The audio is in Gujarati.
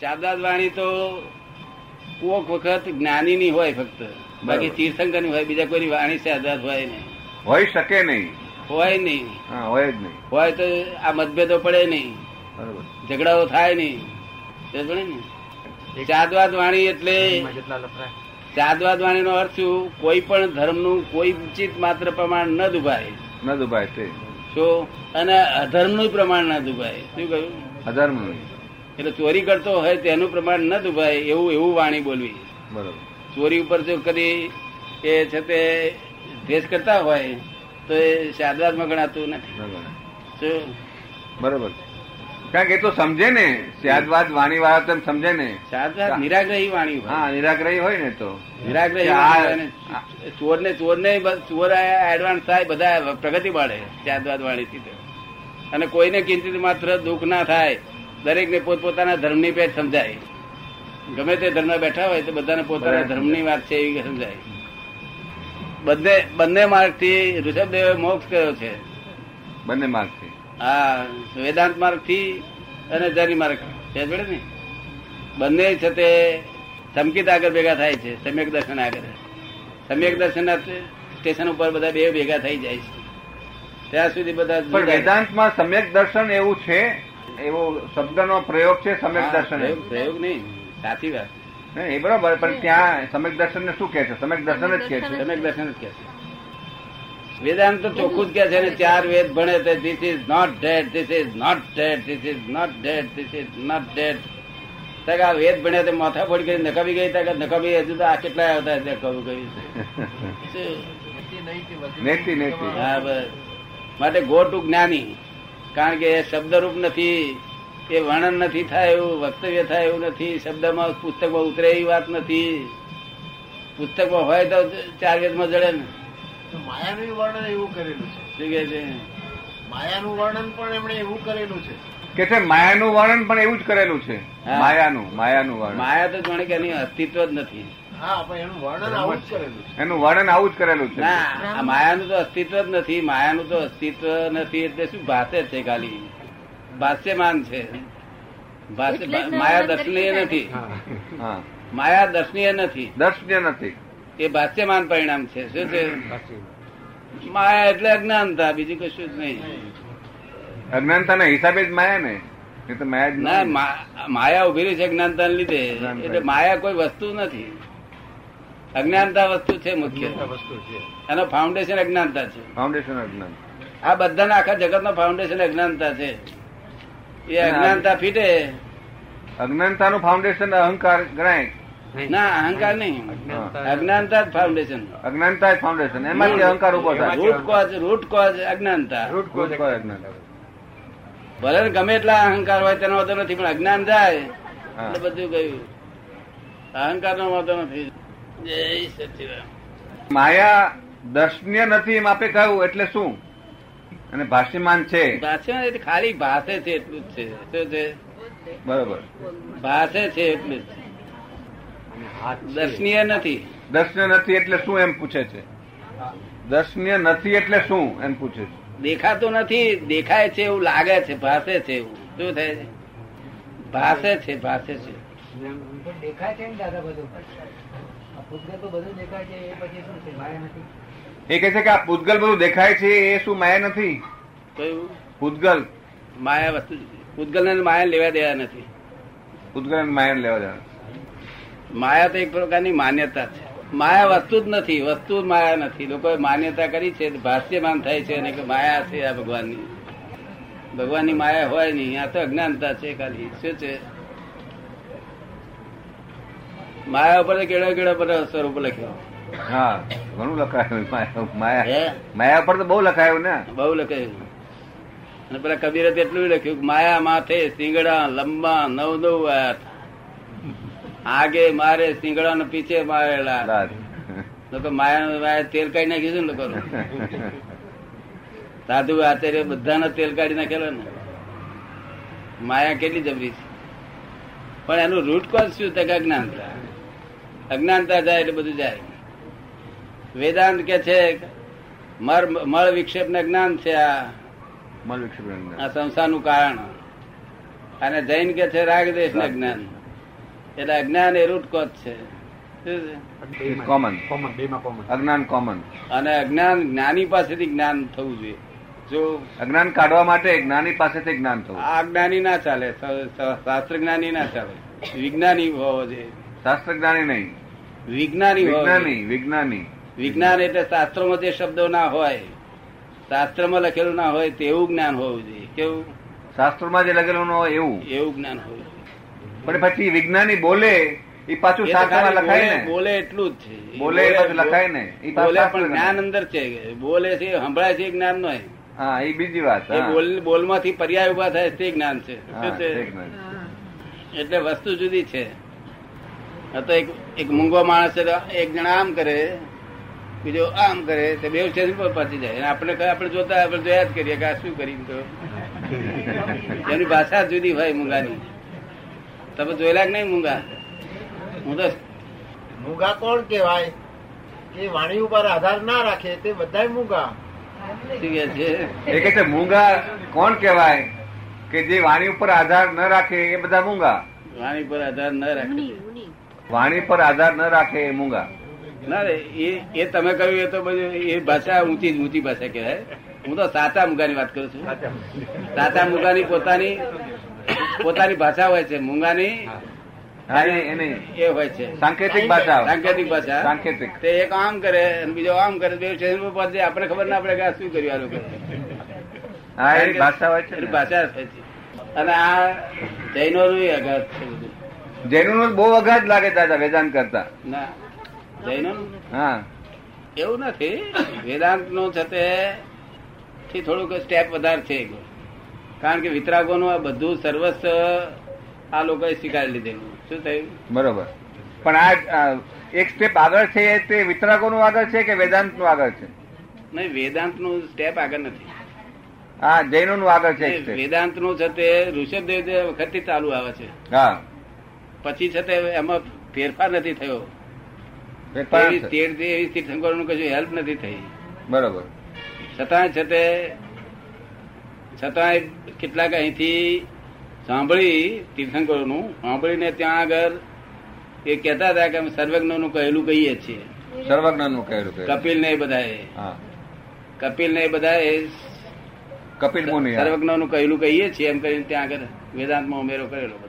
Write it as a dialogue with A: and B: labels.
A: શારદાસ વાણી તો કોક વખત જ્ઞાની ની હોય ફક્ત બાકી તીર્થંકર ની હોય બીજા કોઈની વાણી શારદાસ હોય નહીં
B: હોઈ શકે નહીં
A: હોય નહીં
B: હા હોય જ નહીં
A: હોય તો આ મતભેદો પડે નહીં
B: બરોબર
A: ઝઘડાઓ થાય નહીં સમજ પડી ને ચાદવાદ વાણી એટલે ચાદવાદ વાણીનો અર્થ શું કોઈ પણ ધર્મનું કોઈ ઉચિત માત્ર પ્રમાણ ન દુભાય
B: ન દુભાય તે
A: શું અને અધર્મનું પ્રમાણ ન દુભાય શું કહ્યું
B: અધર્મ નહીં
A: એટલે ચોરી કરતો હોય તેનું પ્રમાણ ન દુભાય એવું એવું વાણી બોલવી
B: બરોબર
A: ચોરી ઉપર જો કદી એ છે તે દ્વેષ કરતા હોય તો એ શાદવાદમાં ગણાતું નથી
B: બરોબર
A: શું
B: બરોબર કારણ કે એ તો સમજે ને સ્યાદવાદ વાણી વાળા તો એમ સમજે ને
A: શાદવાદ નિરાગ્રહી વાણી હોય
B: હા નિરાગ્રહી હોય ને તો
A: નિરાગ્રહી વાણી હોય ને ચોર ને ચોર ને ચોર એડવાન્સ થાય બધા પ્રગતિ પાડે ત્યારબાદ વાણીથી તો. અને કોઈને કિંચિત માત્ર દુઃખ ના થાય દરેકને પોતપોતાના ધર્મની પેટ સમજાય ગમે તે ધર્મમાં બેઠા હોય તો બધાને પોતાના
B: બરાબર.
A: ધર્મની વાત છે એવી સમજાય બંને બંને માર્ગથી ઋષભદેવે મોક્ષ કર્યો છે
B: બંને માર્ગથી
A: હા વેદાંત માર્ગ થી અને જરી માર્ગ છે જોડે ને બંને છે તે સમકિત આગળ ભેગા થાય છે સમ્યક દર્શન આગળ સમ્યક દર્શન સ્ટેશન ઉપર બધા બે ભેગા થઈ જાય છે ત્યાં સુધી બધા
B: પણ વેદાંતમાં સમ્યક દર્શન એવું છે એવો શબ્દનો પ્રયોગ છે સમ્યક
A: હા,
B: દર્શન
A: પ્રયોગ- પ્રયોગ નહીં સાચી વાત
B: નહીં, એ બરોબર પણ ત્યાં સમ્યક દર્શન ને શું કે છે સમ્યક દર્શન જ કે છે
A: સમ્યક દર્શન જ કહે છે વેદાંત તો ચોખ્ખું જ કે છે ને ચાર વેદ ભણે તે this is not dead this is not dead this is not dead this is not dead તક આ વેદ ભણ્યા તે માથા ફોડી કરી નકામી ગઈ તક નકામી હજુ તો આ કેટલા આવતા છે નકામી ગઈ
B: નેતિ નેતિ
A: હા બસ માટે ગો ટુ જ્ઞાની કારણ કે એ શબ્દરૂપ નથી એ વર્ણન નથી થાય એવું વક્તવ્ય થાય એવું નથી શબ્દમાં પુસ્તકમાં ઉતરે એવી વાત નથી પુસ્તકમાં હોય તો ચાર વેદમાં જડે ને
C: તો માયાનું વર્ણન એવું કરેલું છે
A: શું કહે છે
C: માયાનું વર્ણન પણ એમણે એવું કરેલું છે
B: કે છે માયાનું વર્ણન પણ એવું જ કરેલું છે
A: હા.
B: માયાનું માયાનું વર્ણન
A: માયા તો જાણે કે એની અસ્તિત્વ જ નથી
C: હા પણ એનું વર્ણન આવું જ કરેલું છે
B: એનું વર્ણન આવું જ કરેલું છે
A: ના આ માયાનું તો અસ્તિત્વ જ નથી માયાનું તો અસ્તિત્વ નથી એટલે શું ભાષે છે ખાલી ભાષ્યમાન છે ભાષ્ય-
D: એટલે જ
A: માયા
D: નર્મદા
A: દર્શનીય નથી
B: હા
A: માયા દર્શનીય નથી
B: દર્શનીય નથી
A: એ ભાષ્યમાન પરિણામ છે શું છે માયા એટલે અજ્ઞાનતા બીજું કશું જ નહીં
B: અજ્ઞાનતાના હિસાબે જ માયા ને એ તો માયા જ
A: ના
B: નહીં.
A: મા- માયા ઉભી રહી છે અજ્ઞાનતા લીધે
B: અજ્ઞાનતા.
A: એટલે માયા કોઈ વસ્તુ નથી અજ્ઞાનતા વસ્તુ છે મુખ્ય
C: વસ્તુ છે
A: એનો ફાઉન્ડેશન અજ્ઞાનતા છે
B: ફાઉન્ડેશન અજ્ઞાન
A: આ બધાના આખા જગત નો ફાઉન્ડેશન અજ્ઞાનતા છે એ અજ્ઞાનતા ફીટે
B: અજ્ઞાનતાનું ફાઉન્ડેશન અહંકાર ગણાય
A: ના અહંકાર નહીં
B: અજ્ઞાનતા.
A: અજ્ઞાનતા જ ફાઉન્ડેશન
B: અજ્ઞાનતા જ ફાઉન્ડેશન એમાંથી અહંકાર ઉભો થાય
A: રૂટ કોઝ રૂટ કોઝ અજ્ઞાનતા
B: Root cause અજ્ઞાનતા.
A: ભલે ગમે એટલા અહંકાર હોય તેનો વાંધો નથી પણ અજ્ઞાન જાય
B: હા.
A: એટલે બધું ગયું અહંકાર નો વાંધો નથી જય સચિદાન
B: માયા દર્શનીય નથી એમ આપે કહ્યું એટલે શું અને ભાષ્યમાન છે
A: ભાષા એટલે ખાલી ભાષે છે એટલું જ છે શું છે
B: બરોબર
A: ભાષે છે એટલું જ છે દર્શનીય નથી
B: દર્શનીય નથી એટલે શું એમ પૂછે છે દર્શનીય નથી એટલે શું એમ પૂછે છે
A: દેખાતું નથી દેખાય છે એવું લાગે છે ભાષે છે એવું શું થાય છે ભાષે છે ભાષે છે
E: પણ દેખાય છે ને દાદા બધું આ ભૂતગળ તો બધું દેખાય છે એ પછી શું છે માયા નથી
B: એ કહે છે કે આ પૂતગલ બધું દેખાય છે એ શું માયા નથી
A: કયું
B: પૂતગલ
A: માયા વસ્તુ ઉદગલ ને માયા લેવા દેવા નથી
B: પૂતગલ અને માયા ને લેવા દેવા
A: માયા તો એક પ્રકારની માન્યતા છે માયા વસ્તુ જ નથી વસ્તુ જ માયા નથી લોકોએ માન્યતા કરી છે ભાષ્યમાન થાય છે અને કે માયા છે આ ભગવાનની ભગવાનની માયા હોય નહીં આ તો અજ્ઞાનતા છે ખાલી શું છે માયા ઉપર તો કેળો કેળો બધા સ્વરૂપ લખ્યો
B: હા ઘણું લખાયું
A: હે?
B: માયા માયા માયા પર તો બહુ લખાયું ને
A: બહુ લખાયું અને પેલા કબીરે તો એટલું લખ્યું કે માયા માથે સિંગડા લંબા નવ નવ હાથ આગે મારે સિંગડા ને પીછે મારેલા
B: દાદ.
A: લોકો માયા માયા તેલ કાઢી નાખ્યું છે ને લોકો સાધુ આચાર્ય બધાના તેલ કાઢી નાખેલા ને માયા કેટલી જબરી છે પણ એનું રૂટ કોઝ શું તો કે અજ્ઞાનતા અજ્ઞાનતા જાય એટલે બધું જાય વેદાંત કે છે મળ મળ વિક્ષેપ ને જ્ઞાન છે આ
B: મન વિક્ષેપણ.
A: આ સંસારનું કારણ અને જૈન કે છે રાગદેશ ને જ્ઞાન એટલે અજ્ઞાન એ root cause છે શું છે?
B: કોમન
D: કોમન બે માં કોમન
B: અજ્ઞાન કોમન
A: અને અજ્ઞાન જ્ઞાની પાસેથી જ્ઞાન થવું જોઈએ જો
B: અજ્ઞાન કાઢવા માટે જ્ઞાની પાસેથી જ્ઞાન થવું
A: આ જ્ઞાની ના ચાલે સ- સ- શાસ્ત્ર જ્ઞાની ના ચાલે વિજ્ઞાની હોવો જોઈએ
B: શાસ્ત્ર જ્ઞાની નહીં
A: વિજ્ઞાની હોવો જોઈએ.
B: વિજ્ઞાની વિજ્ઞાની
A: વિજ્ઞાન એટલે શાસ્ત્રોમાં જે શબ્દો ના હોય શાસ્ત્રમાં લખેલું ના હોય તેવું જ્ઞાન હોવું જોઈએ કેવું
B: શાસ્ત્રોમાં જે લખેલું ન હોય એવું
A: એવું જ્ઞાન હોવું જોઈએ.
B: પણ પછી વિજ્ઞાની બોલે એ
A: એ
B: પાછું
A: તો
B: શાસ્ત્રમાં
A: ખાલી
B: લખાય
A: બોલે-
B: ને
A: બોલે એટલું જ છે એ
B: બોલે એ બધું લખાય ને એ પાછું
A: બોલે
B: શાસ્ત્ર
A: પણ જ્ઞાન
B: જ્ઞાન
A: અંદર છે બોલે છે સંભળાય છે એ જ્ઞાન નો
B: હા એ બીજી વાત
A: એ
B: હા.
A: બોલ બોલમાંથી પર્યાય ઉભા થાય તે જ્ઞાન છે
B: હા,
A: શું છે?
B: તે જ્ઞાન.
A: એટલે વસ્તુ જુદી છે આ તો એક એક મૂંગો માણસ છે તો એક જણા આમ કરે બીજો આમ કરે તે બે છે ને પતી જાય અને આપણે કઈ- આપણે જોતા આપણે જોયા જ કરીએ કે આ શું કરી તો એની ભાષા જુદી હોય મૂંગાની તમે જોયેલા કે નહીં મૂંગા હું તો
C: મૂગા કોણ કહેવાય એ વાણી ઉપર આધાર ના રાખે તે બધાય મૂગા
A: શું કહે છે
B: એ કે છે મૂંગા કોણ કહેવાય કે જે વાણી ઉપર આધાર ન રાખે એ બધા મૂંગા
A: વાણી પર આધાર ન રાખે
B: વાણી પર આધાર ન રાખે એ મૂંગા
A: ના રે, એ એ તમે કહ્યું એ તો બધું એ ભાષા ઊંચી જ ઊંચી ભાષા કહેવાય હું તો સાચા મુગાની વાત કરું છું સાચા મુગાની પોતાની પોતાની ભાષા હોય છે મુંગાની
B: હા એ એ નહીં
A: એ હોય છે
B: સાંકેતિક ભાષા
A: સાંકેતિક ભાષા
B: સાંકેતિક
A: તે એક આમ કરે અને બીજો આમ કરે બે છે એની પાસે આપણે ખબર ના પડે કે આ શું કર્યું આ લોકો
B: હા એ ભાષા હોય છે
A: એની
B: ને.
A: ભાષા જ હોય છે અને આ જૈનોનું ય અઘાત છે બધું
B: જૈનોનો બહુ અઘાત લાગે દાદા વેદાંત કરતા
A: ના જૈનોનું
B: હા
A: એવું નથી વેદાંત નું છે તે થી થોડુંક સ્ટેપ વધારે છે એક. કારણ કે વિતરાગોનું આ બધું સર્વસ્વ આ લોકોએ સ્વીકારી લીધેલું શું થયું
B: બરોબર પણ આ આ એક સ્ટેપ આગળ છે એ તે વિતરાગોનું આગળ છે કે વેદાંતનું આગળ છે
A: નહીં વેદાંત નું સ્ટેપ આગળ નથી
B: હા જૈનોનું આગળ છે એક step.
A: વેદાંત નું છે તે ઋષભદેવ જે વખતથી ચાલુ આવે છે
B: હા
A: પછી છે તે એમાં ફેરફાર નથી થયો
B: એ
A: એવી
B: પણ છે.
A: તેર એવી તીર્થંકરોનું કશું હેલ્પ નથી થઈ
B: બરોબર
A: છતાં છે તે છતાંય કેટલાક અહીંથી સાંભળી તીર્થંકરોનું સાંભળીને ત્યાં આગળ એ કહેતા હતા કે અમે સર્વજ્ઞનું કહેલું કહીએ છીએ
B: સર્વજ્ઞનું કહેલું કહેલું.
A: કપિલ ને એ બધાએ
B: હા
A: કપિલ ને એ બધાએ
B: કપિલ મુનિ હા.
A: સર્વજ્ઞનું કહેલું કહીએ છીએ એમ કરીને ત્યાં આગળ વેદાંતમાં ઉમેરો કરેલો બધો